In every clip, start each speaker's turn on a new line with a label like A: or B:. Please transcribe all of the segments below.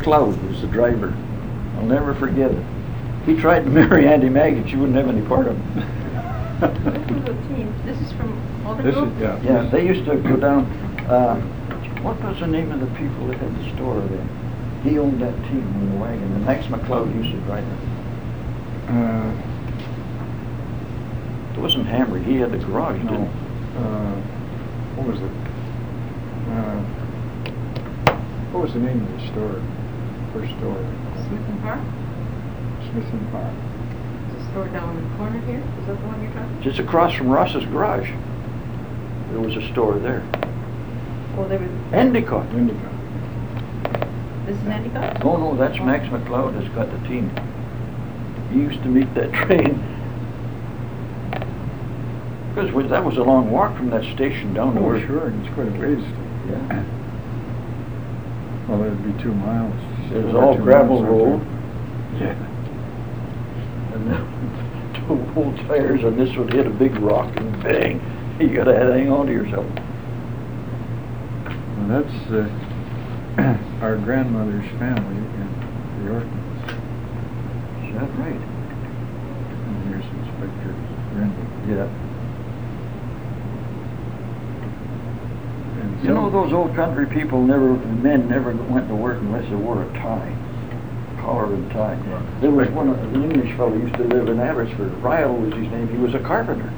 A: Clode was the driver. I'll never forget it. He tried to marry Andy Maggot, you wouldn't have any part of
B: This
A: him.
B: is a team, this is from
C: This
B: Orbital?
C: is, yeah.
A: Yeah, they used to go down, uh, what was the name of the people that had the store there? He owned that team in the wagon, and Max McLeod used to drive it.
C: Uh,
A: It wasn't Hammer, he had the garage,
C: no,
A: didn't he?
C: uh, what was it? Uh, What was the name of the store, first store?
B: Smith and Park?
C: Smith and Park.
B: There's a store down in the corner here, is that the one you're talking?
A: Just across from Ross's garage. There was a store there.
B: Well, there was,
A: Endicott.
C: Indigo.
B: this is Endicott?
A: No, no, that's Max McLeod that's got the team. He used to meet that train. Because that was a long walk from that station down to
C: Oh,
A: where...
C: sure, and it's quite a ways. to-
A: Yeah.
C: Well, it'd be two miles.
A: It was
C: Over
A: all
C: two
A: gravel
C: miles, I
A: road.
C: think.
A: Yeah. And then two wheel tires and this would hit a big rock and bang, you gotta hang on to yourself.
C: Well, that's, uh, our grandmother's family in the Orkneys.
A: Is that right?
C: And here's Inspector Rendell.
A: Yeah.
C: And
A: You know,
C: some-
A: those old country people never, men never went to work unless they wore a tie, collar and tie.
C: Right.
A: There was one, an English fellow used to live in Abbotsford, Ryle was his name, he was a carpenter.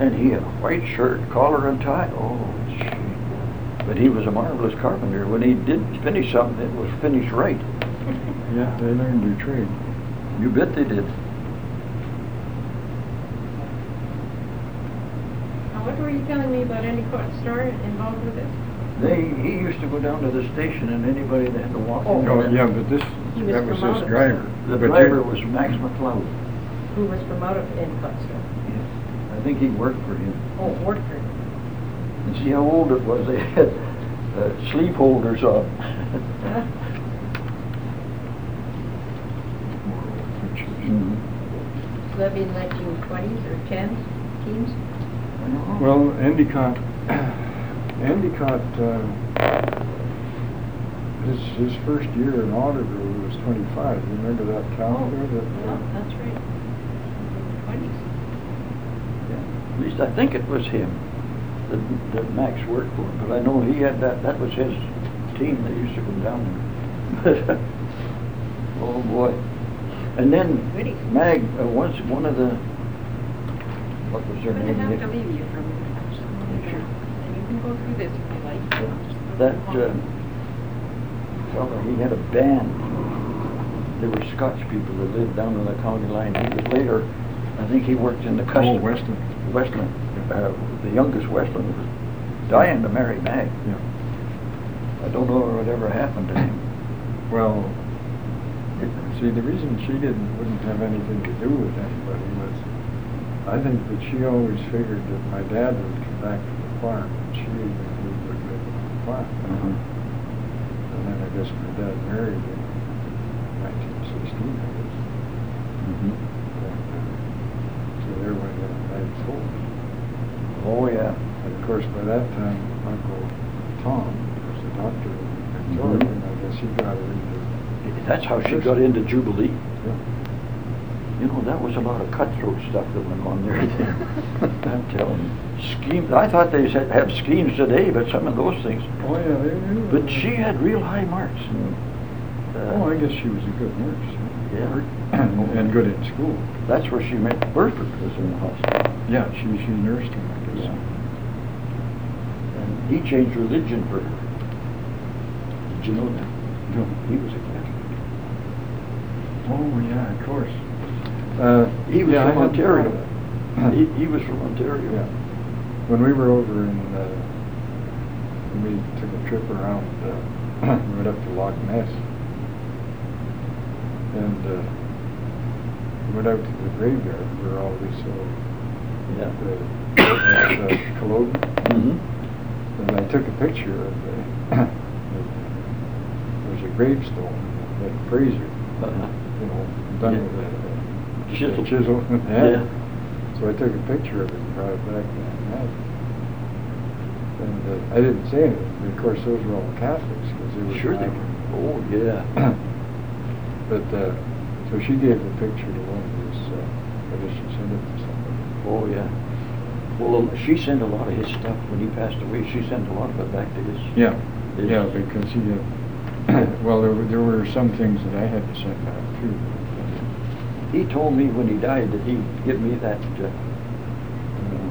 A: And he had a white shirt, collar and tie, oh gee. But he was a marvelous carpenter, when he did finish something, it was finished right.
C: Yeah, they learned their trade.
A: You bet they did.
B: Now, what were you telling me about Endicott store involved with this?
A: They, he used to go down to the station and anybody that had to walk. in
C: Oh,
A: there-
C: yeah, but this,
B: He was
C: that was
B: from out
C: his
B: of-
C: driver.
A: The
C: But you-
A: driver was Max McLeod.
B: Who was from out of Endicott store?
A: I think he worked for him.
B: Oh, Orford.
A: And see how old it was, they had uh, sleeve holders on.
C: Mhm.
B: So that'd be nineteen twenties or tens, teens?
C: Well, Endicott, Endicott, uh, his, his first year in auditor was twenty-five. You remember that calendar that? uh,
B: Oh, that's right. Twenties.
A: At least I think it was him that, that Max worked for, but I know he had that, that was his team that used to come down there. Oh, boy. And
B: Goodies.
A: then Mag, uh, once, one of the, what was her
B: I'm
A: name?
B: gonna have to leave you for a minute. I'm just gonna leave you. And you can go through this if you like.
A: That, uh, fellow, he had a band. They were Scotch people that lived down on the county line. He was later, I think he worked in the
C: Oh,
A: customs.
C: Westland.
A: Westland. Uh, the youngest Westland was dying to marry Mag.
C: Yeah.
A: I don't know whatever happened to him.
C: Well, see, the reason she didn't, wouldn't have anything to do with anybody was, I think that she always figured that my dad would come back to the farm, and she would go back to the farm.
A: Uh-huh.
C: And then I guess my dad married in nineteen sixteen, I guess.
A: Mhm.
C: And, uh, So there went that bad fool.
A: Oh, yeah.
C: And of course, by that time, Uncle Tom was a doctor in
A: Mhm.
C: Georgia, and I guess he got her into,
A: That's how she got into Jubilee.
C: yeah.
A: You know, that was a lot of cutthroat stuff that went on there. I'm telling you. Schemes, I thought they said have schemes today, but some of those things.
C: Oh, yeah, they knew.
A: But she had real high marks. and, uh,
C: Oh, I guess she was a good nurse.
A: Yeah.
C: And and good at school.
A: That's where she met Burford was in the hospital.
C: Yeah, she, she nursed him, I guess.
A: And he changed religion for her. Did you know that?
C: No.
A: He was a Catholic.
C: Oh, yeah, of course. Uh,
A: He was
C: yeah, I
A: from
C: hadn't
A: Ontario.
C: thought of that.
A: He, he was from Ontario.
C: Mm-hmm. Yeah. When we were over in, uh, we took a trip around, uh, we went up to Loch Ness. And, uh, we went out to the graveyard where all we saw the, the Culloden.
A: hmm
C: Mm-hmm. And I took a picture of the, there's a gravestone, that Fraser,
A: Uh-huh.
C: you know, done
A: Yeah.
C: with a- a
A: Chisel.
C: Chisel,
A: Yeah.
C: yeah. So I took a picture of it and brought it back that night. And uh, I didn't say anything, but of course, those were all Catholics, because they were.
A: Sure they
C: not-
A: were. Oh, yeah.
C: But, uh, so she gave the picture to one of his, uh, I guess she sent it to somebody.
A: Oh, yeah. Well, um, she sent a lot of his stuff when he passed away. She sent a lot of it back to his.
C: Yeah,
A: his-
C: yeah, because he, had- well, there were, there were some things that I had to send out too.
A: He told me when he died that he'd give me that uh, uh,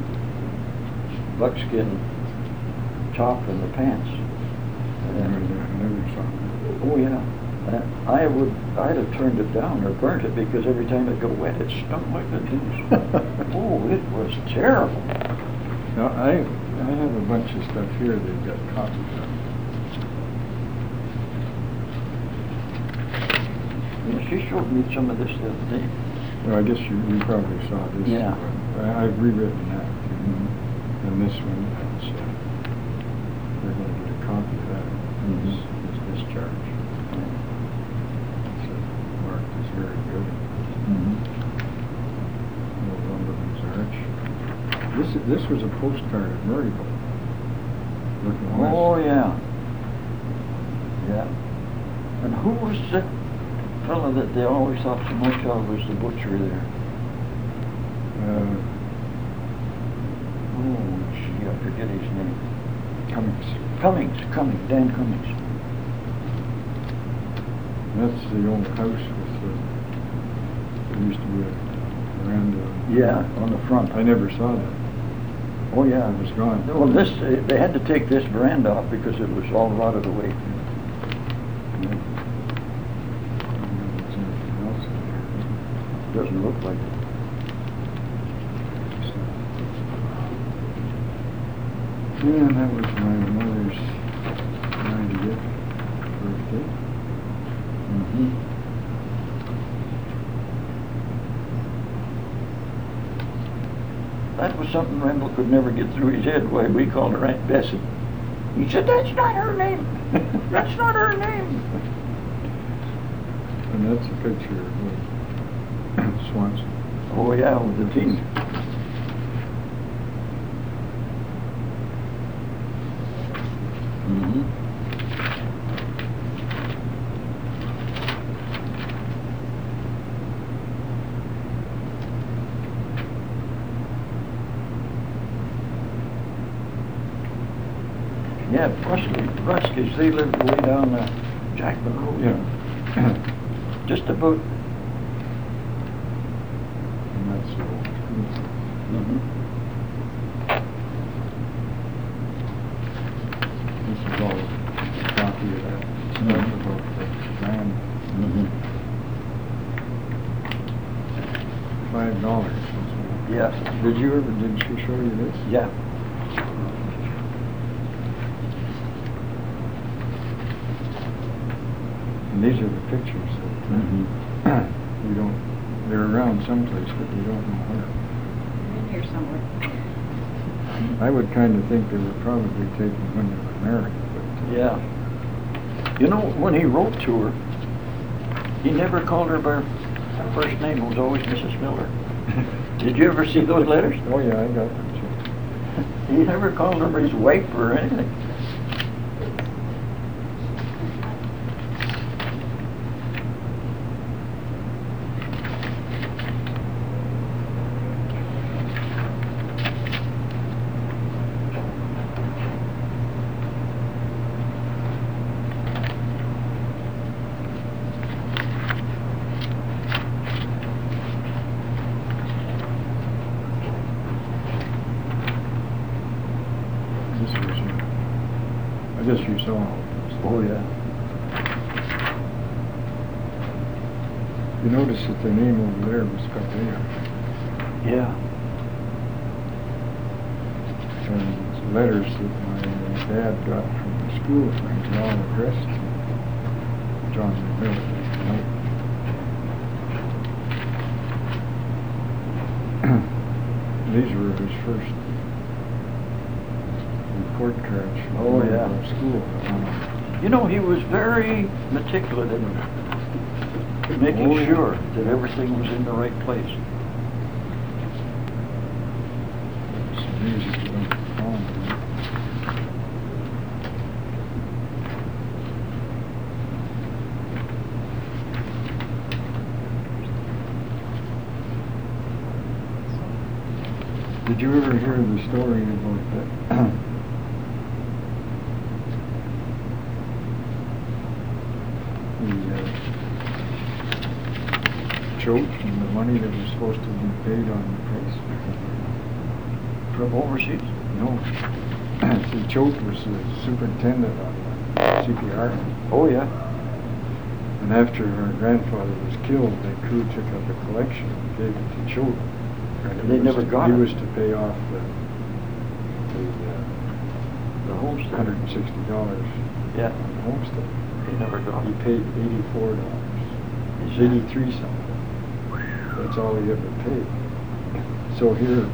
A: buckskin top and the pants.
C: I
A: And-
C: remember that, I never saw it.
A: Oh, yeah. And I would, I'd have turned it down or burnt it because every time it got wet, it stunk like the deuce. Oh, it was terrible.
C: Now, I, I have a bunch of stuff here that got copies of.
A: Yeah, She showed me some of this the other day.
C: Well, I guess you, you probably saw this.
A: Yeah.
C: one. I, I've rewritten that, too. and this one, that's, uh, we're gonna get a copy of that,
A: Mhm.
C: is, is discharge. So, uh, Marked as very good,
A: Mm-hmm.
C: Northumberland's Arch. This, is- this was a postcard of Murrayville. Looking west.
A: Oh, yeah. Yeah. And who was the fellow that they always thought so much of was the butcher there?
C: Uh,
A: Oh, gee, I forget his name.
C: Cummings.
A: Cummings, Cummings, Dan Cummings.
C: That's the old house with the, there used to be a veranda.
A: Yeah, on the front.
C: I never saw that.
A: Oh, yeah.
C: It was gone.
A: Well, this, eh, they had to take this brand off because it was all rotted away.
C: I don't know if there's anything else in there.
A: Doesn't look like it.
C: So- Yeah, that was my mother's ninetieth birthday.
A: That was something Randall could never get through his head, why we called her Aunt Bessie. He said, that's not her name. That's not her name.
C: And that's a picture of uh, Swanson.
A: Oh, yeah, with the team. Yeah, Brusky, Brusky's, they lived way down uh, Jackman Road.
C: Yeah.
A: Just about.
C: And that's the old. This is all a copy of that. That's about the grand five dollars.
A: Yes.
C: Did you ever, did she show you this?
A: Yeah.
C: And these are the pictures
A: Mm-hmm.
C: that you don't, they're around someplace, but you don't know where.
B: In here somewhere.
C: I would kind of think they were probably taken when they were married, but.
A: Yeah. You know, when he wrote to her, he never called her by her first name, it was always Mrs. Miller. Did you ever see those letters?
C: uh, Oh, yeah, I got them too.
A: He never called her his wife or anything.
C: This was, uh, I guess you saw all of those. You notice that their name over there was Covea,
A: Yeah.
C: and it's letters that my uh, dad got from the school friends, were all addressed to John Miller. These were his first report cards from
A: Oh, yeah.
C: from school.
A: You know, he was very meticulous in making
C: Oh, yeah.
A: sure that everything was in the right place.
C: It's amazing you don't recall them. Did you ever hear the story about that? The uh, church and the money that was supposed to be paid on the price?
A: From overseas?
C: No. See, Choate was the superintendent on the CPR.
A: Oh, yeah.
C: And after her grandfather was killed, the crew took up a collection and gave it to Choate. And it
A: They
C: was
A: never
C: to-
A: got it.
C: He was to pay off the, the uh,
A: The homestead.
C: hundred and sixty dollars
A: Yeah,
C: on the homestead.
A: they never got
C: He
A: it.
C: paid eighty-four dollars, eighty-three something. That's all he ever paid. So here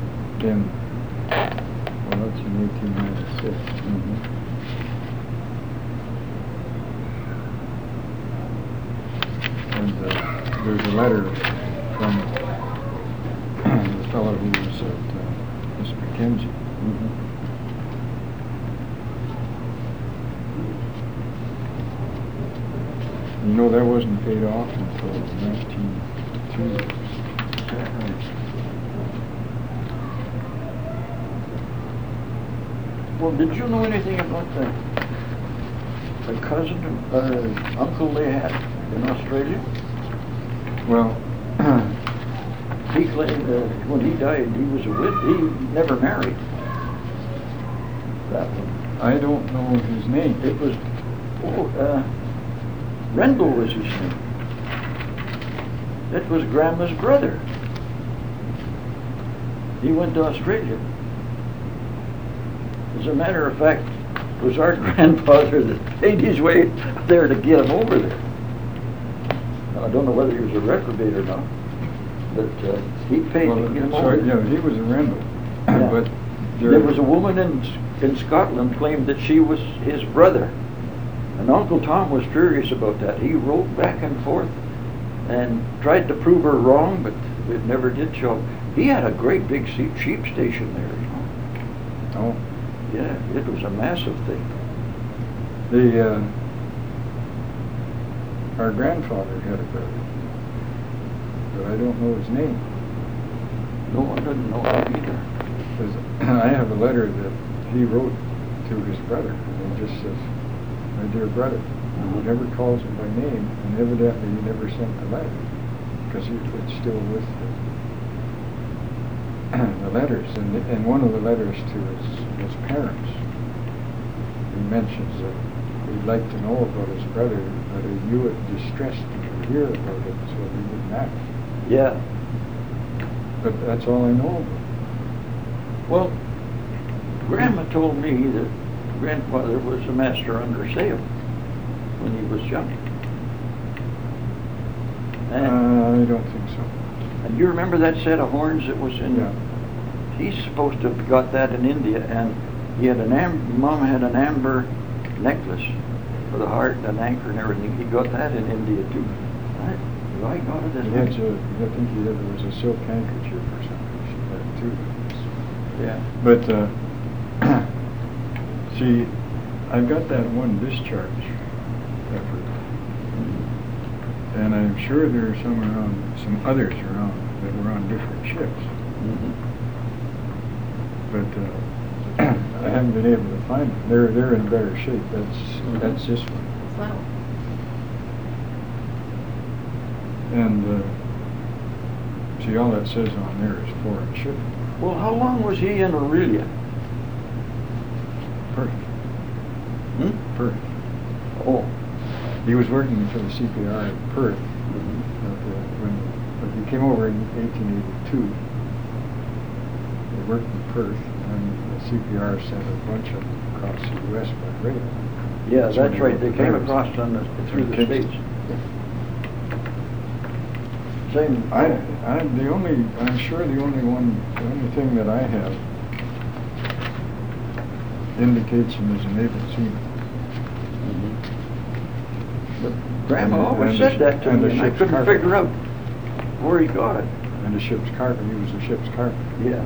C: in, well, that's in eighteen ninety-six. mm-hmm. And uh, there's a letter from the fellow who was at uh, Miss McKenzie.
A: mm-hmm.
C: You know, that wasn't paid off until nineteen two.
A: Well, did you know anything about the, the cousin, uh, uncle they had in Australia?
C: Well,
A: He claimed that when he died, he was a widow, he never married. That one.
C: I don't know his name.
A: It was, oh, uh, Rendell was his name. That was Grandma's brother. He went to Australia. As a matter of fact, it was our grandfather that paid his way there to get him over there. Now, I don't know whether he was a reprobate or not, but, uh, he paid
C: Well,
A: to get him
C: so,
A: over there.
C: Yeah, he was a Randall,
A: Yeah.
C: but.
A: There was a woman in, S- in Scotland claimed that she was his brother. And Uncle Tom was furious about that. He wrote back and forth and tried to prove her wrong, but it never did show. He had a great big se- sheep station there,
C: Oh,
A: you know. Yeah, it was a massive thing.
C: the, uh, our grandfather had a brother, but I don't know his name.
A: No one didn't know that either.
C: Because I have a letter that he wrote to his brother, and it just says, "My dear brother," and he never calls him by name, and evidently he never sent the letter, because he was still with the, the letters, and, and one of the letters to his, his parents, he mentions that he'd like to know about his brother, but he knew it distressed him to hear about it, so he didn't act.
A: Yeah.
C: But that's all I know about it.
A: Well, Grandma told me that grandfather was a master under sail when he was young. And,
C: Uh, I don't think so.
A: and you remember that set of horns that was in?
C: Yeah.
A: He's supposed to have got that in India, and he had an am. Mom had an amber necklace for the heart and an anchor and everything. He got that in India too. I, I got it
C: He
A: as
C: had a, I think he had, it was a silk handkerchief or something, she had too.
A: Yeah.
C: But, uh, see, I've got that one discharge effort, and I'm sure there are some around, some others around that were on different ships,
A: Mhm.
C: but, uh, I haven't been able to find them. They're, they're in better shape, that's, that's this one.
B: It's that one.
C: And, uh, see, all that says on there is foreign ship,
A: Well, how long was he in Aurelia?
C: Perth,
A: Hmm?
C: Perth.
A: Oh.
C: He was working for the CPR in Perth
A: Mm-hmm.
C: uh, when when he came over in 1882. He worked in Perth, and the CPR sent a bunch of them across the U.S. by rail.
A: Yeah, that's
C: when
A: right, they
C: wrote
A: came
C: letters.
A: across on the, through the
C: Okay.
A: states. Same,
C: I, I'm the only, I'm sure the only one, the only thing that I have indicates him as an able seaman.
A: but grandma
C: And-
A: always
C: and
A: said
C: the-
A: that to
C: and
A: me,
C: the
A: and I
C: ship's
A: couldn't
C: carpet.
A: figure out where he got it.
C: And the ship's carpenter, he was the ship's carpenter,
A: Yeah.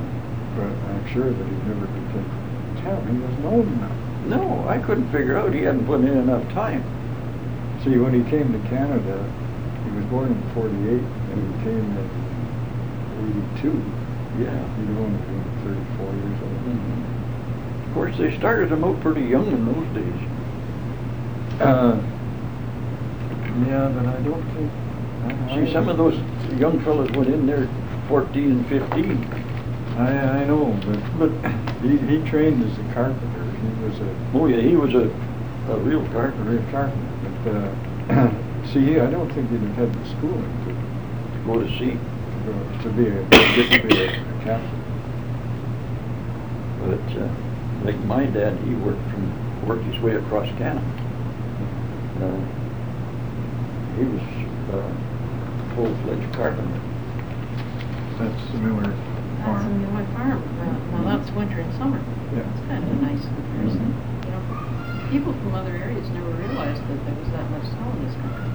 C: but I'm sure that he'd never been taken to town. He wasn't old enough.
A: No, I couldn't figure out, he hadn't put in enough time.
C: See, when he came to Canada, he was born in forty-eight, and he came in eighty-two,
A: Yeah.
C: You'd only be thirty-four years old.
A: Of course, they started them out pretty young in those days.
C: Uh, Yeah, but I don't think. I-
A: See, some of those young fellas went in there fourteen, fifteen.
C: I, I know, but, but he, he trained as a carpenter. He was a
A: Oh, yeah, he was a, a real
C: Carpenter,
A: carpenter.
C: yeah, carpenter, but, uh, see, I don't think he'd have had the schooling to,
A: Go to sea.
C: to be a, to be a captain.
A: But, uh, like my dad, he worked from, worked his way across Canada. Uh, He was, uh, full-fledged carpenter.
C: That's the Miller
B: That's a
C: farm.
B: Miller farm. Well, well, that's winter and summer.
C: Yeah.
B: It's kind of a nice comparison. You know, people from other areas never realized that there was that much snow in this country.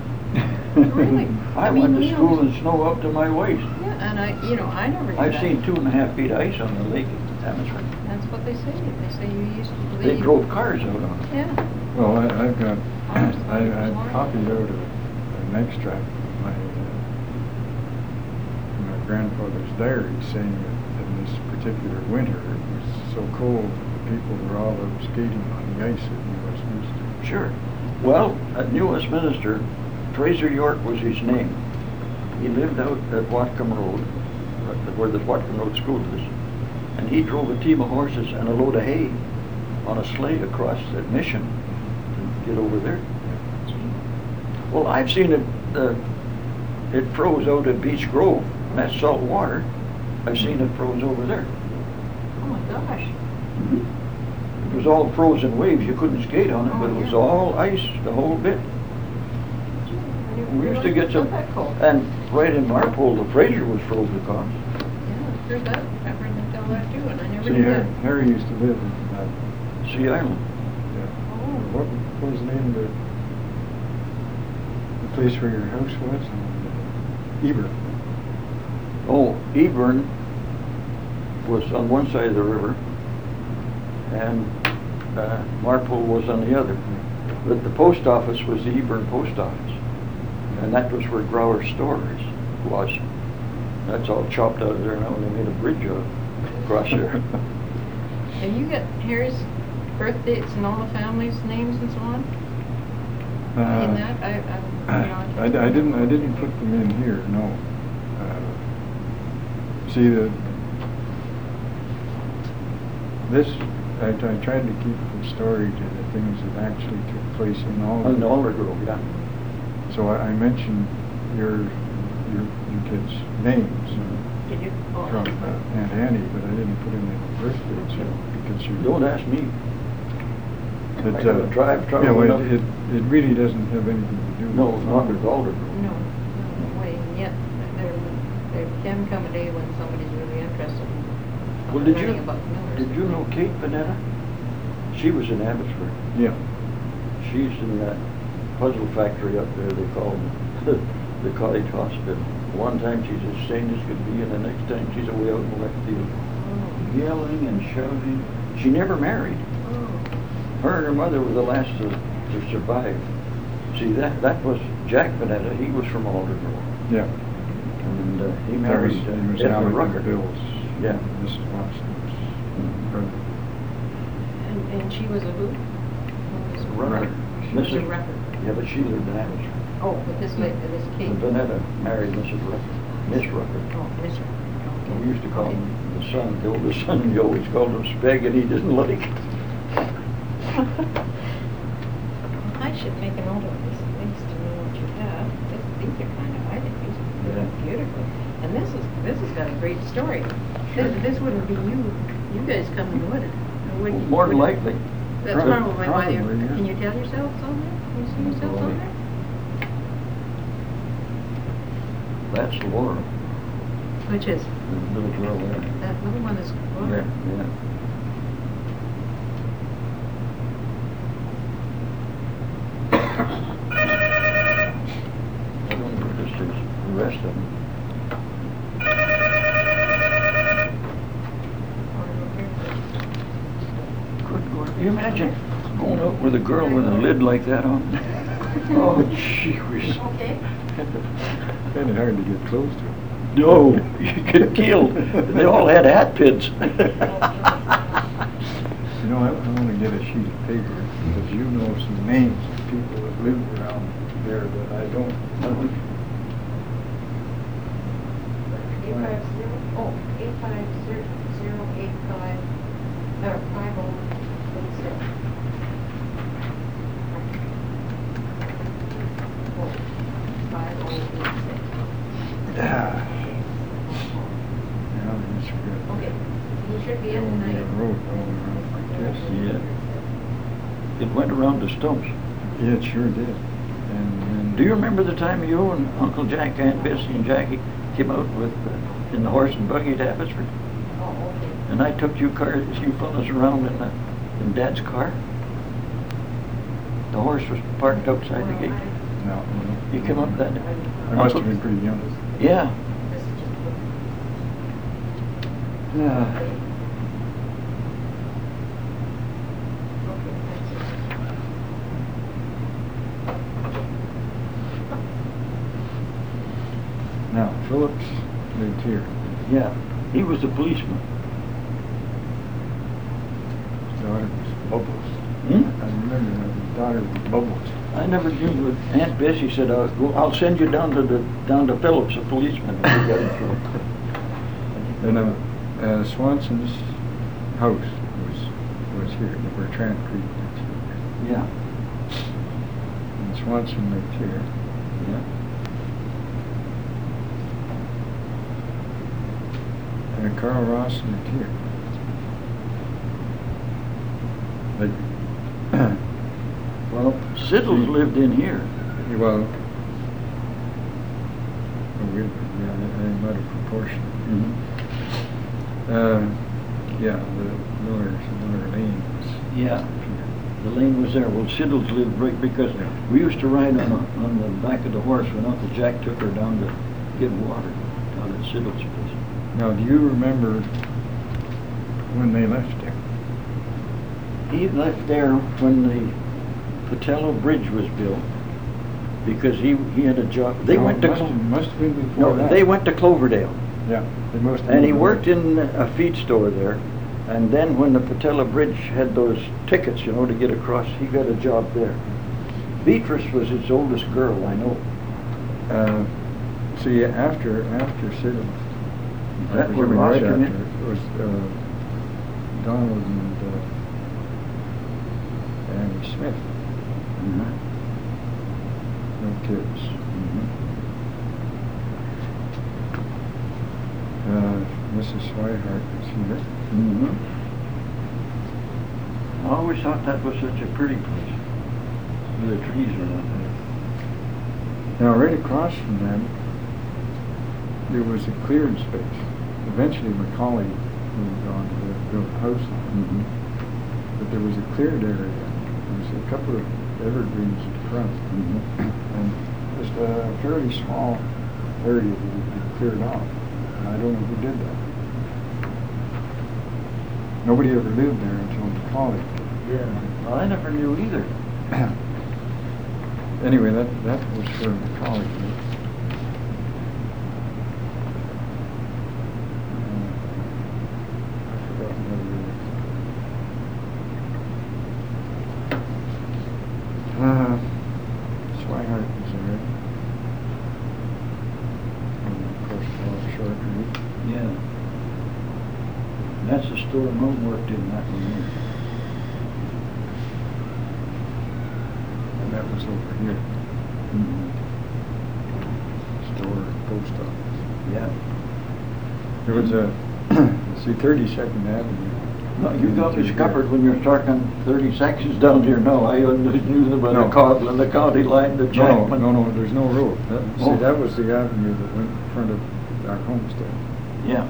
B: Really?
A: I
B: I mean,
A: went to
B: we
A: school in
B: always-
A: snow up to my waist.
B: Yeah, and I, you know, I never knew
A: I've
B: that.
A: seen two and a half feet ice on the lake at Amherst.
B: That's what they say. They say you used to believe.
A: They drove cars out on it.
B: Yeah.
C: Well, I, I've got,
B: Farms.
C: I, I copied out a- an extract of my, uh, my grandfather's diary saying that in this particular winter, it was so cold, that the people were all out skating on the ice at New Westminster.
A: Sure. Well, at New Westminster, Fraser York was his name. He lived out at Watcom Road, uh, where the Watcom Road School is. And he drove a team of horses and a load of hay on a sleigh across that mission to get over there. Well, I've seen it, uh, it froze out at Beech Grove, and that's salt water. I've seen it froze over there.
B: Oh, my gosh.
A: It was all frozen waves, you couldn't skate on it, but it was all ice, the whole bit. We used to get some,
B: Yeah,
A: and right in our pool, the Fraser was frozen across.
B: I've heard that, I've heard them tell that too, and I never
C: See,
B: knew
C: Harry,
B: that.
C: Harry used to live in, uh,
A: Sea Island.
B: Oh,
C: yeah. What what was the name of the, the place where your house was? Eber.
A: Oh, Ebern was on one side of the river, and uh, Marpool was on the other. But the post office was the Ebern Post Office, and that was where Grauer's Stores was. That's all chopped out of there now, and they made a bridge out across there.
B: and you got Harry's birth dates and all the family's names and so on? I mean, that, I, I, you know.
C: Uh, I, I didn't, I didn't put them in here, no. Uh, See, the, this, I, I tried to keep the story to the things that actually took place in all.
A: On the Alder Grove, yeah.
C: So I, I mentioned your, your, your kids' names uh,
B: Did you? Oh,
C: from uh, Aunt Annie, but I didn't put in their birthdays so, because you.
A: Don't ask me.
C: But,
A: I gotta
C: uh,
A: drive trouble
C: Yeah, well,
A: enough.
C: it, it really doesn't have anything to do with.
A: No, not with Alder
B: No,
A: Grove.
B: no way, and yet, there, there can come a day when somebody's really interested in
A: Well, did you,
B: learning about Miller's.
A: did you know Kate Panetta? She was in Abbotsford.
C: Yeah.
A: She's in that puzzle factory up there, they call it, the cottage hospital. One time she's as sane as could be, and the next time she's away out in left field,
B: Oh,
A: yelling and shouting. She never married.
B: oh,
A: Her and her mother were the last to, to survive. See, that, that was Jack Panetta, he was from Alder Grove.
C: Yeah.
A: And uh, he
C: That
A: married
C: was, he
A: uh,
C: was
A: Edna
C: Alec
A: Rucker.
C: Bill's.
A: Yeah.
C: Mrs. Watson's brother.
B: and, and she was a who? What was-
A: Rucker.
B: She was a
A: Mrs.
B: Rucker.
A: Yeah, but she lived in Abbotsford.
B: Oh, but this lady, this Kate.
A: And Vanetta married Mrs. Rucker, Miss Rucker.
B: Oh, Miss Rucker. okay.
A: We used to call
B: Okay.
A: him the son, the oldest son, he always called him Speg, and he didn't like it.
B: I should make a note of these things to know what you have. This- These are kind of, I think these
A: Yeah.
B: are beautiful. And this is, this has got a great story.
A: Sure.
B: This, this wouldn't be you, you guys coming, would it? Or would you-
A: More than
B: would it-
A: likely.
B: That's
C: Prob-
B: probably why you,
C: probably, yeah.
B: can you tell yourselves on there? Can you see yourselves on
A: Probably.
B: there?
A: That's Laura,
B: Which is,
A: the little girl there.
B: that little one is,
A: Yeah,
B: oh,
A: yeah. I don't know if this is the rest of them.
B: or over
A: Good
B: here.
A: Lord, can you imagine going out with a girl with a lid like that on? Oh, gee whiz.
B: Okay.
C: Kinda hard to get close to.
A: No, you get killed. They all had hat pins.
C: You know, I, I wanna get a sheet of paper, because you know some names of people that live around there that I don't know.
B: Eight five zero, oh, eight five zero, zero eight five, or five oh eight zero. Oh, Five oh eight six.
A: Ah.
C: Yeah, that's good.
B: Okay, he should be
C: There
B: in
C: won't be a
B: tonight.
C: road going around like this.
A: Yeah. It went around the stumps.
C: Yeah, it sure did. And, and.
A: Do you remember the time you and Uncle Jack, Aunt Bessie and Jackie came out with, uh, in the horse and buggy to Abbotsford?
B: Oh, okay.
A: And I took you cars, you fellas around in the, in Dad's car? The horse was parked outside the gate.
C: No. no.
A: You came up that-
C: I must have been pretty young.
A: Yeah.
B: This is just a little-
C: Ah.
A: Yeah.
B: Okay, that's it.
C: Now, Phillips lived here.
A: Yeah. He was a policeman.
C: His daughter was Bubbles.
A: Hmm?
C: I remember that. His daughter was Bubbles.
A: I never knew, what Aunt Bessie said, I'll, go- I'll send you down to the, down to Phillips, a policeman. if you get in trouble."
C: And, uh, uh, Swanson's house was, was here, the Bertrand Creek lived here.
A: Yeah,
C: And Swanson lived here.
A: yeah.
C: And Carl Ross lived here. But, well.
A: Siddles
C: he-
A: lived in here.
C: he- Well. We, yeah, they- they might have proportioned.
A: Mm-hmm.
C: Uh, yeah, the Miller, Miller Lane was.
A: Yeah. The lane was there. Well, Siddles lived right because
C: Yeah.
A: we used to ride on, a- on the back of the horse when Uncle Jack took her down to get water down at Siddles' place.
C: Now, do you remember when they left there?
A: He left there when the Patello Bridge was built because he, he had a job. They
C: No,
A: went to,
C: must- Must have been before
A: no,
C: that.
A: they went to Cloverdale.
C: Yeah, they must. have
A: And he
C: been-
A: worked in a feed store there. And then when the Patella Bridge had those tickets, you know, to get across, he got a job there. Beatrice was his oldest girl, I know.
C: Uh, See, after, after Siddons.
A: Is
C: I
A: that
C: was
A: where
C: coming
A: Ross
C: right
A: came in?
C: after it Was, uh, Donald and, uh, and Smith,
A: Mm-hmm.
C: no kids. Uh, Mrs. Swihart was here.
A: Mm-hmm. I always thought that was such a pretty place. The trees are not there.
C: Now, right across from them, there was a cleared space. Eventually, Macaulay moved on to build a house on
A: Mm-hmm.
C: it. But there was a cleared area. There was a couple of evergreens in front.
A: Mm-hmm.
C: And just a fairly small area that had been cleared off. And I don't know who did that. Nobody ever lived there until Macaulay.
A: Yeah. Well, I never knew either.
C: Anyway, that, that was for Macaulay. I forgot what it was. Uh, Swihart was there. And of course, Bob Short, right?
A: Yeah. And that's the store Mom worked in, that one there.
C: and that was over here,
A: Mm-hmm.
C: store, post office.
A: Yeah.
C: There was a, see, 32nd Avenue.
A: No, you got discovered when you're talking thirty sections down here, no, I only knew about the
C: No.
A: Codlin, the county line, the
C: No,
A: Jackman.
C: no, no, there's no road. That-
A: Oh.
C: See, that was the avenue that went in front of our homestead.
A: Yeah.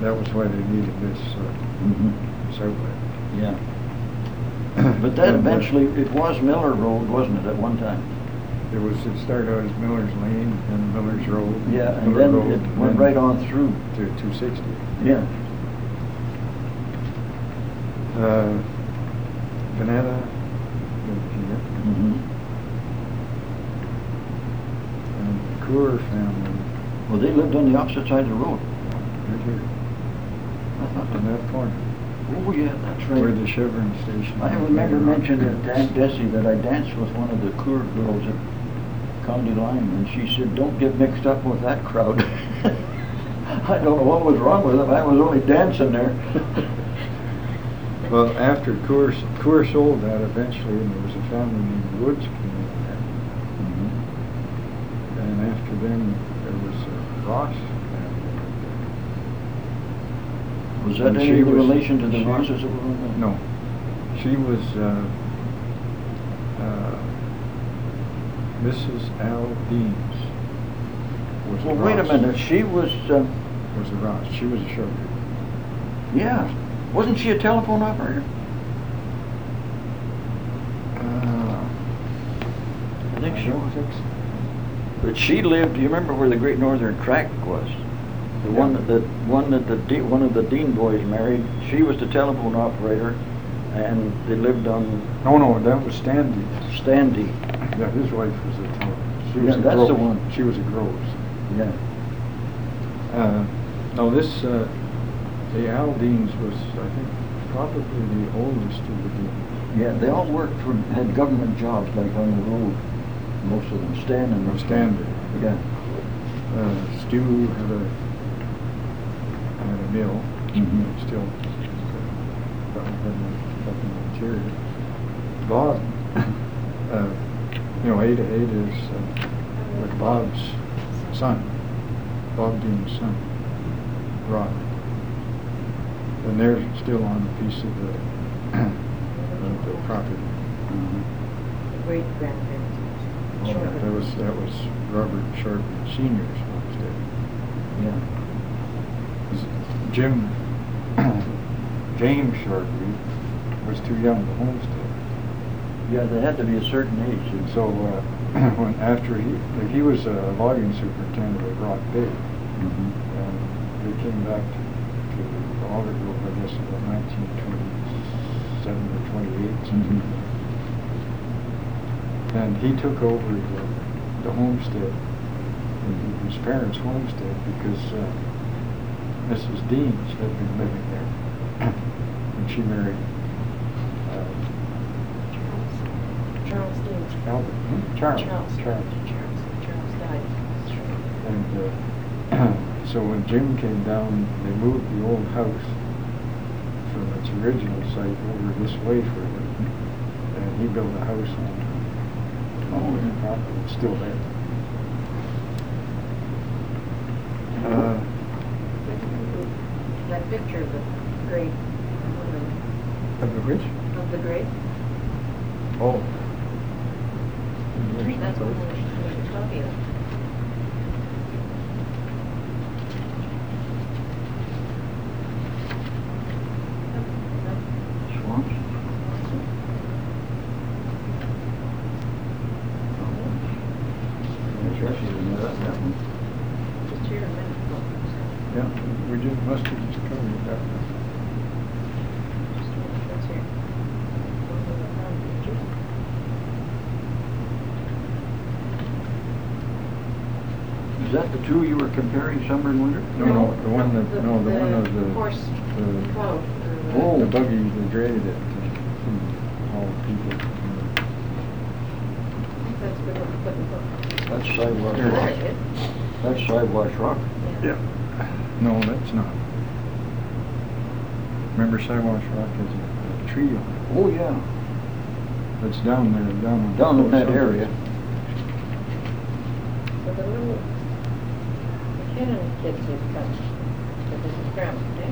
C: That was why they needed this uh, subway.
A: Yeah, but that
C: And, uh,
A: eventually, it was Miller Road, wasn't it, at one time?
C: It was, it started out as Miller's Lane and Miller's Road.
A: Yeah, and
C: Miller
A: then
C: Road,
A: it
C: and
A: went
C: then
A: right on through,
C: To 260.
A: yeah.
C: Uh, Panetta lived here.
A: Mhm.
C: And the Coor family
A: Well, they lived on the opposite side of the road.
C: Right here,
A: I thought
C: on that corner,
A: Oh, yeah, that's
C: where
A: right.
C: the Chevron station.
A: I remember mentioning to Aunt Desi that I danced with one of the Coeur girls at County Line, and she said, "Don't get mixed up with that crowd." I don't know what was wrong with them. I was only dancing there.
C: Mm-hmm. Well, after Coors, Coors sold that eventually, and there was a family named Woods came in there. And after them, there was a Ross family.
A: Was that
C: And she
A: any
C: was-
A: relation to the
C: she-
A: Rosses that were on the?
C: No, she was, uh, uh, Mrs. Al Deans. was
A: Well, wait a
C: Ross-
A: minute, she was, uh,
C: Was a Ross, she was a showgirl.
A: yeah, wasn't she a telephone operator? Ah, I think she was. But she lived, do you remember where the Great Northern Track was? The one that, the one that the, De- one of the Dean boys married, she was the telephone operator, and they lived on
C: No, no, that was Stan Deans.
A: Standy.
C: Yeah, his wife was a town. She
A: Yeah,
C: was a
A: that's the
C: Groves.
A: one.
C: She was a Groves.
A: Yeah.
C: Uh, no, this, uh, the Aldeans was, I think, probably the oldest of the Deans.
A: Yeah, they all worked for, had government jobs like on the road, most of them, Stan and.
C: Or Stan did.
A: Yeah.
C: Uh, Stu had a, had a mill,
A: Mhm.
C: still, probably had a, up in the interior. Bob, uh, you know, Ada, Ada is, uh, with Bob's son, Bob Dean's son, Rod. And they're still on a piece of the, of the property.
A: Mm-hmm,
D: Great grandparents.
C: Oh,
D: Sure.
C: That was, that was Robert Sharp Senior's homestead.
A: Yeah.
C: Jim, James Sharpie was too young to homestead.
A: Yeah, they had to be a certain age.
C: And so, uh, when, after he, like, he was a logging superintendent at Rock Bay. And they came back to, to Aldergrove, I guess, in nineteen twenty-seven or twenty-eight, something. And he took over the, the homestead, his parents' homestead, because, uh, Mrs. Deans had been living there when she married, uh,
D: Charles Dean.
C: Albert, hmm? Charles.
D: Charles.
C: Charles.
D: Charles, Charles died. That's right.
C: And uh, so when Jim came down, they moved the old house from its original site over this way for him. And he built a house on
A: Oh,
C: the
A: yeah.
C: property, it's still there. Uh,
D: That picture of the great woman,
C: Of the which?
D: of the great,
C: Oh. Mm-hmm.
D: that's what we should make a copy of.
A: Swamps?
D: Just here a minute.
C: Yeah, we just, must have just covered that. one.
D: Just here, that's here.
A: Is that the two you were comparing, summer and winter?
C: No, no, the one that, no, the one of the.
D: Horse,
C: the-
D: quote, or the-
C: Oh, the buggy, the grade that, uh, all the people.
D: I think That's where they put the book.
A: That's Siwash
C: Here.
D: There
A: Rock.
D: it is.
A: That's Siwash Rock.
C: No, that's not. Remember Siwash Rock has a tree on
A: Oh, yeah,
C: it, that's down there, down on.
A: down in that area.
D: So the little, the McKinnon kids had come to visit Grandma, eh?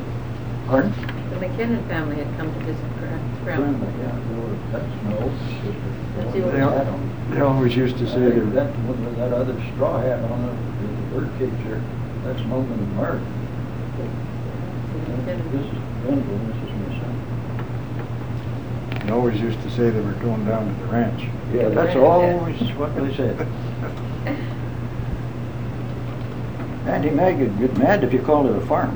A: Pardon?
D: The McKinnon family had come to visit Gra- Grandma.
A: Yeah, they were- that's my old sister.
D: That's
A: They
D: your-
A: had 'em.
C: They always used to
A: I
C: say
A: think
C: that,
A: That, one- that other straw hat on the, the bird cage there, that's Nolan and Mark.
D: The
A: This
D: McKinnon-
A: is Bendel, this is my son.
C: they always used to say they were going down to the ranch.
A: Yeah, that's
D: Yeah.
A: always what they said. Auntie Mag would get mad if you called it a farm.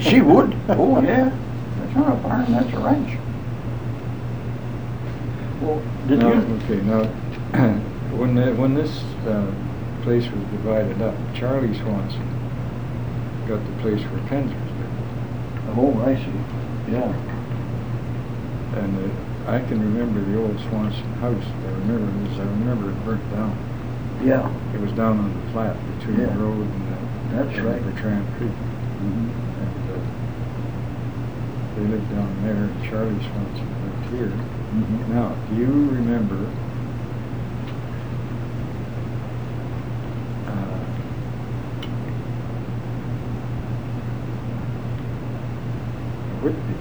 A: She would. Oh, yeah. That's not a farm, that's a ranch. Well, did
C: Now,
A: you?
C: Okay, now, when, the- when this, uh, place was divided up. Charlie Swanson got the place where Penzer's lived.
A: Oh, I see, yeah.
C: And uh, I can remember the old Swanson house. I remember it was, I remember it burnt down.
A: Yeah,
C: It was down on the flat between the
A: Yeah.
C: road and the.
A: That's
C: and
A: right.
C: Bertrand Creek.
A: mhm,
C: And, uh, they lived down there and Charlie Swanson lived here.
A: mhm.
C: Now, do you remember uh, Whitby?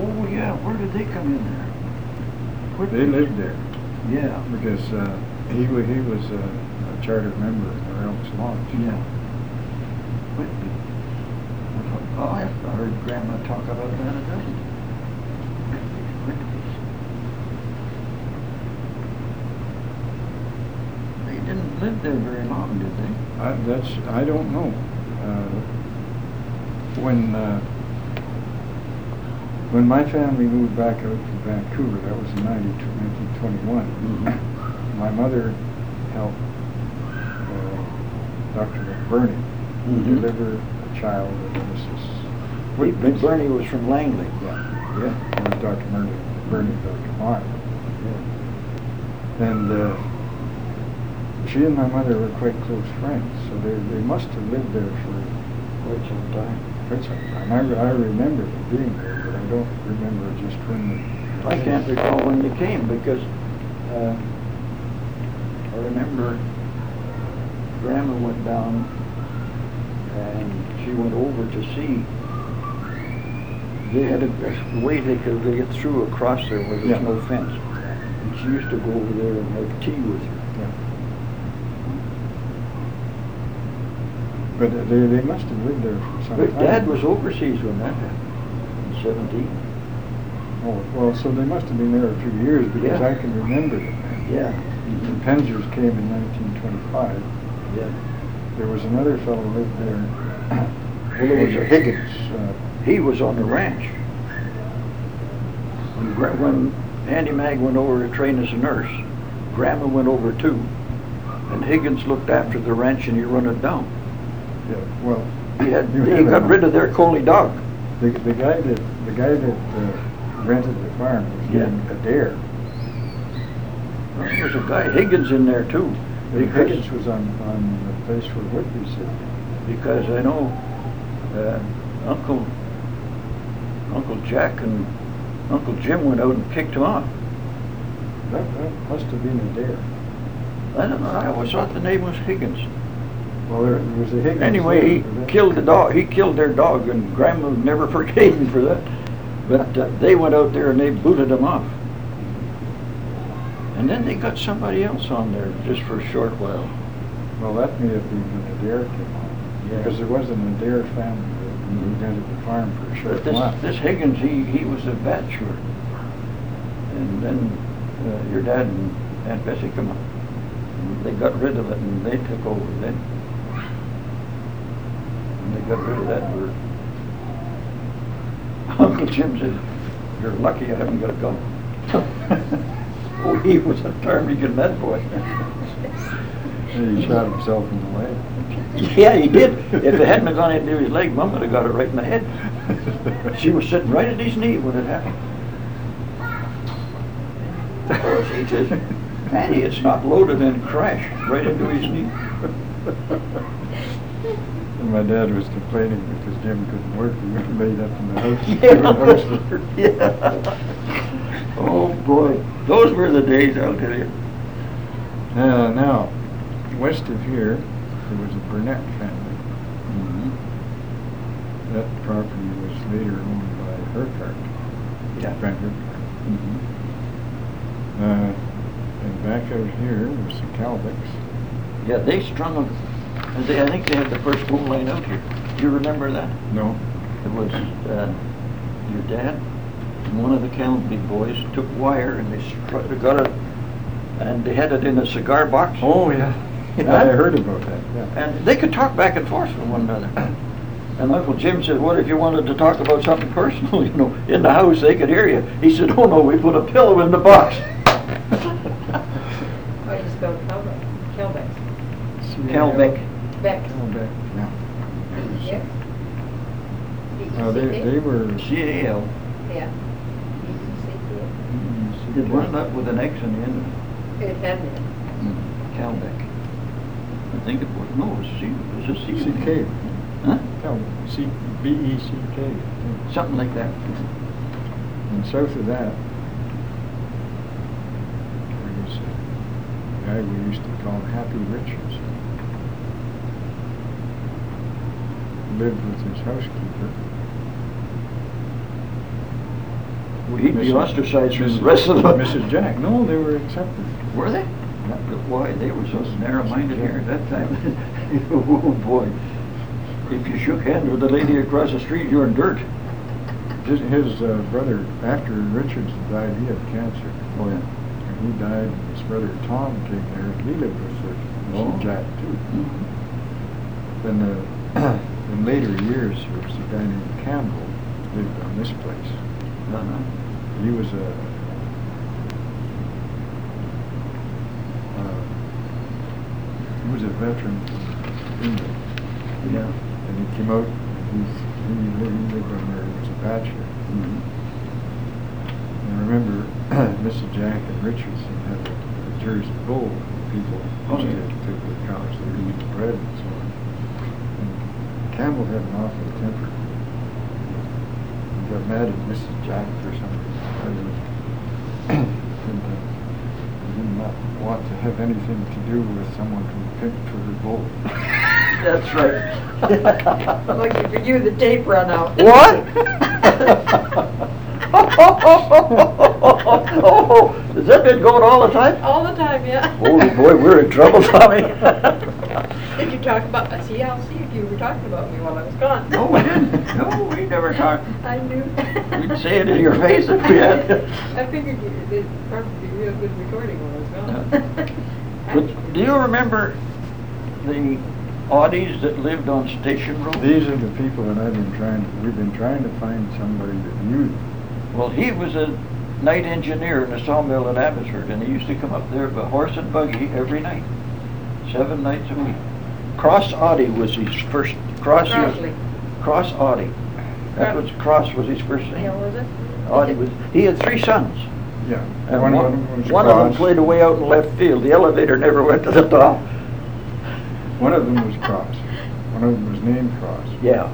A: Oh, yeah, where did they come in there? Where
C: They lived there
A: Yeah,
C: because uh, he wa- he was a a charter member of the Elks Lodge.
A: yeah. Whitby. Oh, I heard Grandma talk about that a dozen. Whitby's, Whitby's. They didn't live there very long, did they?
C: I, that's, I don't know. Uh, when, uh, when my family moved back out to Vancouver, that was in 92 1921,
A: Mm-hmm.
C: my mother helped uh, Dr. McBurney
A: Mm-hmm.
C: deliver a child with Mrs.
A: Big
C: Whitman's-
A: Bernie was from Langley.
C: Yeah, yeah, or Dr. Murray, Bernie, Dr. Mark. And uh, she and my mother were quite close friends, so they, they must have lived there for
A: Quite some time.
C: quite some time. I, re- I remember them being there, but I don't remember just when.
A: I can't recall when you came because uh, I remember Grandma went down and she went over to see. They had a the way they could they get through across there where
C: Yeah.
A: there's no fence. And she used to go over there and have tea with her.
C: But they, they must have lived there for some
A: Her
C: time.
A: dad was overseas when that happened, in seventeen.
C: Oh, well, so they must have been there a few years because
A: Yeah.
C: I can remember them.
A: Yeah. Mm-hmm.
C: The Penzers came in 1925.
A: Yeah.
C: There was another fellow lived there. Well, there was a Higgins. Uh,
A: He was on the ranch. When, Gra- when Andy Mag went over to train as a nurse, Grandma went over too. And Higgins looked after the ranch and he run it down.
C: yeah, well,
A: He had,
C: You
A: he
C: had
A: got
C: that.
A: rid of their collie dog.
C: the, the guy that the guy that uh, rented the farm was
A: Yeah.
C: named Adair.
A: There was a guy, Higgins in there too.
C: And
A: Because-
C: Higgins was on, on the place where Whitby said.
A: Because I know, uh, Uncle, Uncle Jack and Uncle Jim went out and kicked him off.
C: That, that must have been Adair.
A: I don't know, I always thought the name was Higgins.
C: Well, there was a Higgins.
A: Anyway,
C: there,
A: he
C: but-
A: killed the dog, he killed their dog, and Grandma never forgave him for that. But uh, they went out there and they booted him off. And then they got somebody else on there just for a short while.
C: Well, that may have been when Adair came on.
A: Yeah. Mm-hmm.
C: Because there was an Adair family that rented the farm for a short
A: But this,
C: while.
A: this Higgins, he, he was a bachelor. And then uh, your dad and Aunt Bessie come up. And they got rid of it and they took over then. And they got rid of that bird. Uncle Jim said, you're lucky I haven't got a gun. Oh, he was a termagant, that boy.
C: And he shot himself in the leg.
A: Yeah, he did. If it hadn't have gone into his leg, Mum would have got it right in the head. She was sitting right at his knee when it happened. Oh, She says, Patty, it's not loaded and crashed right into his knee.
C: And my dad was complaining because Jim couldn't work, he was laid up in the house.
A: Yeah. Yeah. Oh, boy. Those were the days, I'll tell you.
C: Uh, now, west of here, there was a Burnett family. Mm-hmm. That property was later owned by Urquhart,
A: Yeah.
C: Frank Mm-hmm. Urquhart. Uh, and back out here was the Calvicks.
A: Yeah, they strung them. and they- I think they had the first bull line out here. Do you remember that?
C: No,
A: It was uh, your dad and one of the Calendly boys took wire and they struck, got it, and they had it in a cigar box.
C: Oh, yeah.
A: Yeah.
C: I heard about that, yeah.
A: And they could talk back and forth with one another. And Uncle Jim said, what if you wanted to talk about something personal, you know, in the house, they could hear you. He said, oh no, we put a pillow in the box.
D: Oh, How do you spell Kelbex? Kelbex.
A: Calbeck.
D: Beck.
C: Calbeck, yeah.
D: Yep. B E
C: No, Uh, they,
D: C K?
C: they were,
A: C-A-L.
D: Yeah. B E C K.
A: It wasn't up with an X on the end of it.
D: It had been.
A: Calbeck. I think it was, no, it was C, it was a C. on the
C: CK.
A: end. Huh?
C: Cal, Oh, C, B E C K. I think.
A: Something like that.
C: And south of that, there was a guy we used to call Happy Richards. Lived with his housekeeper.
A: Well, he'd be
C: Mrs.
A: ostracized from the
C: Mrs.
A: rest of the.
C: Mrs. Jack, no, they were accepted.
A: Were they? Why, they were so narrow-minded here at that time. Oh, boy. If you shook hands with the lady across the street, you're in dirt.
C: His, his uh, brother, after Richards died, he had cancer.
A: Oh, yeah.
C: And he died, and his brother Tom came there, and he lived with her,
A: Oh. Hmm.
C: Mrs. Jack too.
A: Mm-hmm.
C: Then, uh, in later years, there was a guy named Campbell, lived on this place.
A: Uh-huh.
C: He was a, uh, he was a veteran from England.
A: Yeah.
C: And he came out, he's, he lived, he lived on there, he was a bachelor.
A: Mhm.
C: And I remember Mrs. Jack and Richardson had a a Jersey bull, that people
A: Oh,
C: used
A: yeah.
C: to take the cows, they would eat the bread and so on. And Campbell had an awful temper. He got mad at Mrs. Jack for something. And uh, he did not want to have anything to do with someone who picked for the bull.
A: That's right.
D: Lucky for you, the tape ran out.
A: What? Has that been going all the time?
B: All the time, yeah.
A: Holy boy, we're in trouble, Tommy.
B: Did you talk about, I see, I'll see if you were talking about me while I was gone.
A: No, we didn't. No, we never talked.
B: I knew.
A: We'd say it in your face if we had.
B: I figured you- it'd probably be real good recording while I was gone.
A: But Do you remember the oddies that lived on Station Road?
C: These are the people that I've been trying, to we've been trying to find somebody that knew them.
A: Well, he was a night engineer in a sawmill in Abbotsford, and he used to come up there by horse and buggy every night, seven nights a week. Cross Audie was his first, Cross,
D: Crossley.
A: Cross Audie. That was, Cross was his first name.
D: Yeah, was it?
A: Audie Oh, was, he had three sons.
C: Yeah.
A: And one, one of them played away out in left field. The elevator never went to the top.
C: One of them was Cross. One of them was named Cross.
A: Yeah.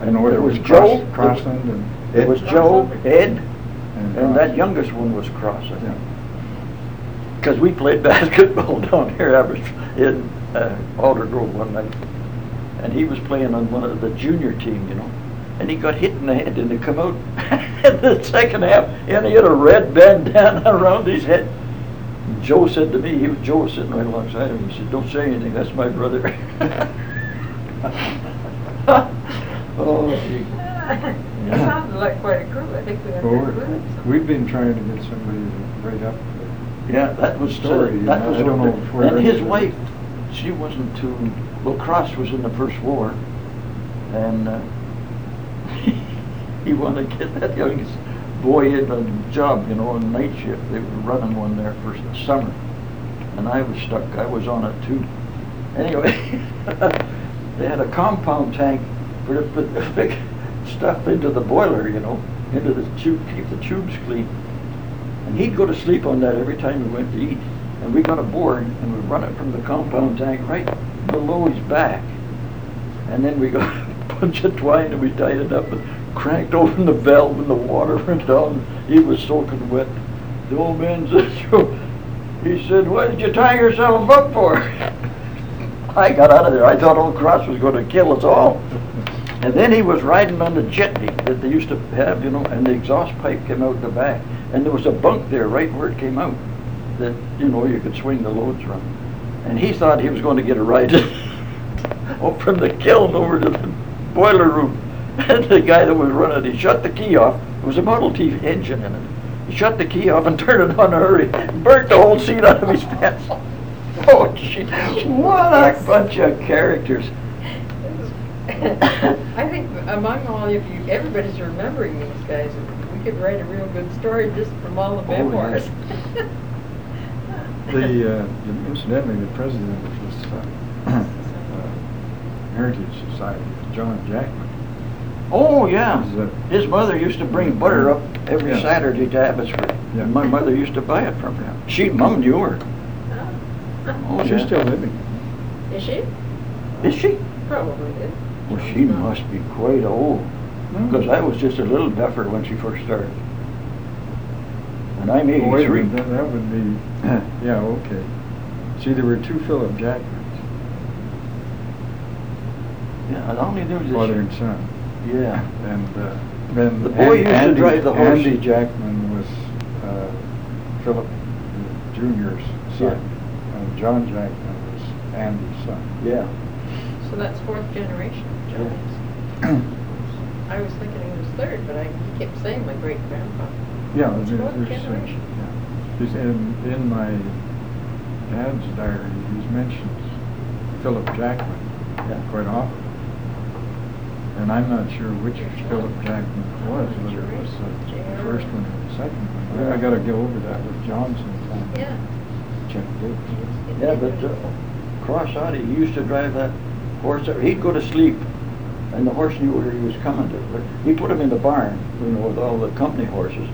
C: I don't know whether
A: It
C: it
A: was
C: was
A: Joe.
C: Cross, Crossland and.
A: It was Joe, Ed, and
C: Cross.
A: that youngest one was Cross, I
C: Yeah.
A: think. Because we played basketball down here, I was in uh, Alder Grove one night, and he was playing on one of the junior team, you know, and he got hit in the head and he come out in the second half, and he had a red bandana around his head. And Joe said to me, he was Joe was sitting right alongside him, he said, "Don't say anything, that's my brother." oh, gee.
D: It sounded like quite a group, I think we had a
C: Well,
D: good
C: we're-
D: group.
C: We've been trying to get somebody to write up. the-
A: Yeah, that was
C: Story,
A: story. That
C: I
A: was
C: don't
A: over.
C: know if we're-
A: And his wife, she wasn't too, well, Cross was in the First War, and uh, he wanted to get that youngest boy in a job, you know, on night shift. They were running one there for the summer, and I was stuck. I was on it too. Anyway, they had a compound tank for to put the big stuff into the boiler, you know, into the tube, keep the tubes clean. And he'd go to sleep on that every time we went to eat. And we got a board and we'd run it from the compound tank right below his back. And then we got a bunch of twine and we tied it up and cranked open the valve and the water went down. He was soaking wet. The old man said, "You-" he said, what did you tie yourself up for? I got out of there. I thought old Cross was going to kill us all. And then he was riding on the jetney that they used to have, you know, and the exhaust pipe came out the back. And there was a bunk there right where it came out that, you know, you could swing the loads from. And he thought he was going to get a ride oh, from the kiln over to the boiler room. And the guy that was running, he shut the key off. There was a Model T engine in it. He shut the key off and turned it on in a hurry. Burnt the whole seat out of his pants. Oh, gee, what a bunch of characters.
D: I think among all of you, everybody's remembering these guys. We could write a real good story just from all the
A: Oh, yeah.
D: memoirs.
C: The, uh, incidentally, the president of this uh, uh, Heritage Society, John Jackman.
A: Oh, yeah.
C: Is uh, that-
A: His mother used to bring butter up every
C: Yeah.
A: Saturday to Abbotsford.
C: Yeah.
A: My mother used to buy it from him. She, mum knew her. Oh,
C: She's
A: yeah.
C: still living.
D: Is she?
A: Is she?
D: Probably is.
A: Well, she must be quite old,
C: Hmm.
A: because I was just a little duffer when she first started. And I'm
C: Oh, wait a minute,
A: eighty-three.
C: That that would be, yeah, okay. See, there were two Philip Jackmans,
A: Yeah, I only knew
C: father and
A: this.
C: son.
A: Yeah.
C: And uh, then.
A: The boy
C: An-
A: used to
C: Andy-
A: drive the horse.
C: Andy Jackman was uh, Philip Junior's son. And John Jackman was Andy's son.
A: Yeah.
B: So that's fourth generation of
A: Yeah.
B: Jones. I was thinking he was third, but I he kept saying my great grandpa.
C: Yeah. it was
B: Fourth
C: his son,
B: generation.
C: yeah. He's in, in my dad's diary, he mentions Philip Jackman
A: yeah.
C: quite often. And I'm not sure which Philip Jackman it was, whether it was the the first one or the second one. I gotta get over that with Johnson.
B: Yeah.
C: Check it.
A: Yeah, but uh, Crosshattie, he used to drive that horse, up. he'd go to sleep, and the horse knew where he was coming to. But he put him in the barn, you know, with all the company horses.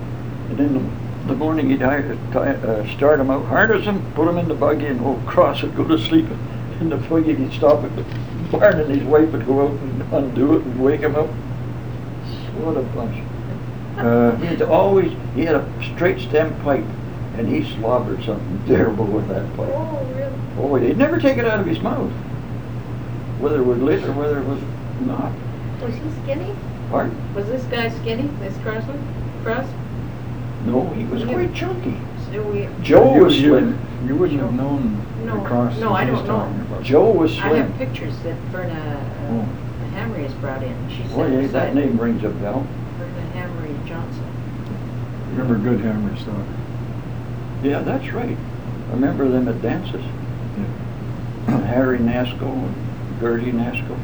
A: And then the- the morning, he'd hire, ti- uh, start him out, harness him, put him in the buggy, and old Cross would go to sleep. And the buggy, he'd stop at the barn, and his wife would go out and undo it and wake him up. What a bunch.
C: Uh,
A: He had to always, he had a straight stem pipe, and he slobbered something terrible with that pipe.
B: Oh, really?
A: Oh, he'd never take it out of his mouth, whether it was lit or whether it was not.
B: Was he skinny?
A: Pardon?
B: Was this guy skinny, this Crosby? Cross?
A: No, he was quite chunky.
B: So we,
A: Joe
C: you-
A: was
C: you-
A: slim.
C: You wouldn't have known
B: No,
C: the cross
B: no, I
C: that he's
B: don't know.
C: talking about.
A: Joe was
B: I have
A: slim.
B: pictures that Verna
C: Oh.
B: uh, Hamry has brought in. She
A: Hmm. Boy,
B: said
A: yeah,
B: beside
A: that name rings a bell.
B: Verna Hamry Johnson.
C: Remember Good Hammer's daughter?
A: Yeah, that's right. I remember them at dances. Harry Nasco and Gertie Nasco.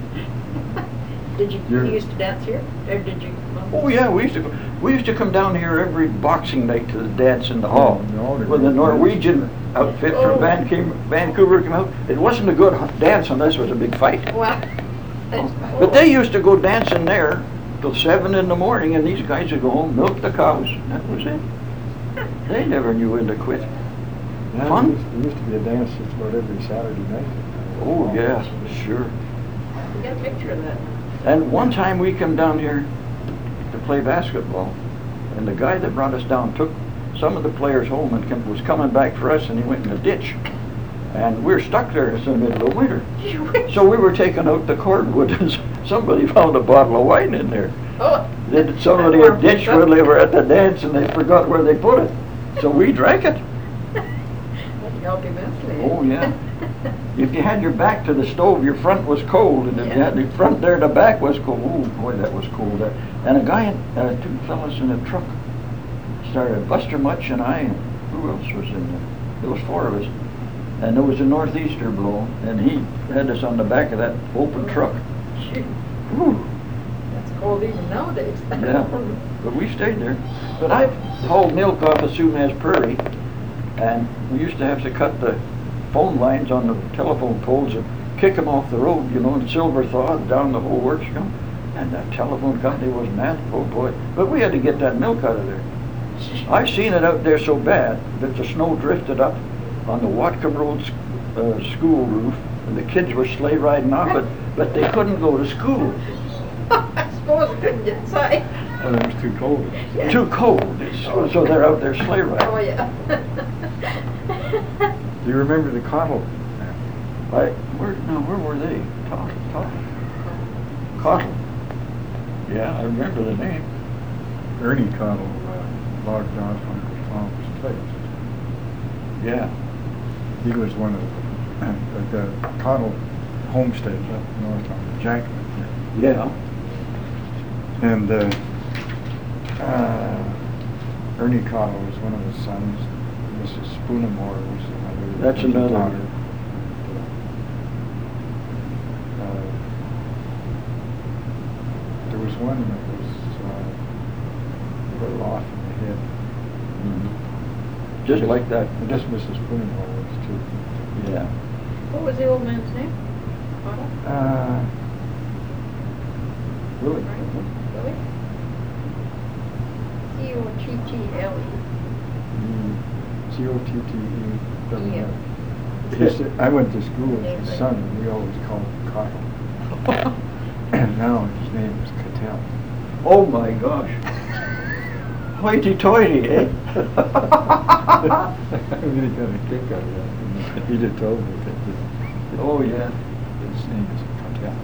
B: Did you,
C: You're-
B: you used to dance here? Or did you?
A: Oh, yeah, we used to, we used to come down here every boxing night to the dance in the hall.
C: No, they
A: When the
C: weren't.
A: Norwegian outfit from Van- came- Vancouver came out, it wasn't a good dance unless it was a big fight.
B: Well.
A: But they used to go dancing there till seven in the morning, and these guys would go home, milk the cows. That was it. They never knew when to quit.
C: Yeah,
A: Fun?
C: There used- there used to be a dance just about every Saturday night.
A: Oh, yeah, sure.
B: We got a picture of that.
A: And one time we come down here to play basketball, and the guy that brought us down took some of the players home and come, was coming back for us, and he went in a ditch. And we were stuck there in the middle of winter. So we were taking out the cordwood, and somebody found a bottle of wine in there.
B: Oh.
A: Then somebody had ditched where they were at the dance and they forgot where they put it. So we drank it.
B: That'd be mentally.
A: Oh, yeah. If you had your back to the stove, your front was cold, and if you had
B: Yeah.
A: your front there, the back was cold. Oh, boy, that was cold there. And a guy, and uh, two fellas in a truck started, Buster Much and I, and who else was in there? There was four of us. And there was a northeaster blow, and he had us on the back of that open truck.
B: Shoot,
A: Whew.
B: That's cold even nowadays.
A: Yeah, but we stayed there. But I hauled milk off of Sumas Prairie, and we used to have to cut the phone lines on the telephone poles and kick them off the road, you know, in silver thaw, down the whole works, you know. And that telephone company was mad, oh boy. But we had to get that milk out of there. I seen it out there so bad that the snow drifted up on the Watcom Road s- uh, school roof, and the kids were sleigh riding off it, but they couldn't go to school.
B: I suppose I couldn't get inside.
C: Well, Oh, it was too cold.
B: Yeah.
A: Too cold, so so they're out there sleigh riding.
B: Oh, yeah.
C: Do you remember the cottle?
A: I, where, no, where were they? Tot, Tot, Cottle. Yeah, I remember the name.
C: Ernie Cottle uh, logged off on his father's place.
A: Yeah.
C: He was one of uh, the Cottle homestead up north on Jackman here.
A: Yeah.
C: And uh, uh, Ernie Cottle was one of his sons. Mrs. Spoonamore was another.
A: That's
C: was a
A: another.
C: daughter. Uh, There was one that was uh, a little off in the head.
A: Just like that. Mm-hmm.
C: Just Mrs. Spoonamore was
A: yeah.
B: What was the old man's name? Otto?
A: Uh, Really?
B: Right? Really? C O T T L E.
A: Mm-hmm.
C: C O T T E double
B: Yeah.
C: F. He said- I went to school with his son, and we always called him Kyle. And now his name is Cattell.
A: Oh, my gosh. Hoity-toity, eh?
C: I really got a kick out of that. He just told me that. the-
A: Oh, yeah.
C: His name is Cattell.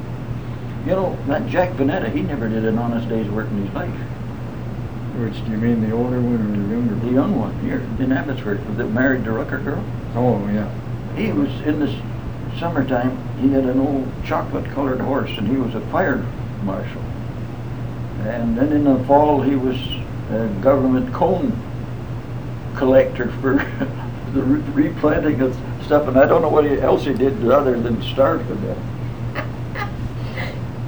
A: You know, that Jack Vanetta, he never did an honest day's work in his life.
C: Which, do you mean the older one or the younger
A: The
C: one?
A: young one here in Abbotsford that married the Rucker girl.
C: Oh, yeah.
A: He was in the s- summertime, he had an old chocolate colored horse and he was a fire marshal. And then in the fall, he was a government cone collector for the re- replanting of stuff. And I don't know what he- else he did other than starve to death.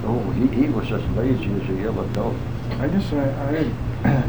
A: Oh, he, he was as lazy as a yellow dog.
C: I guess I, I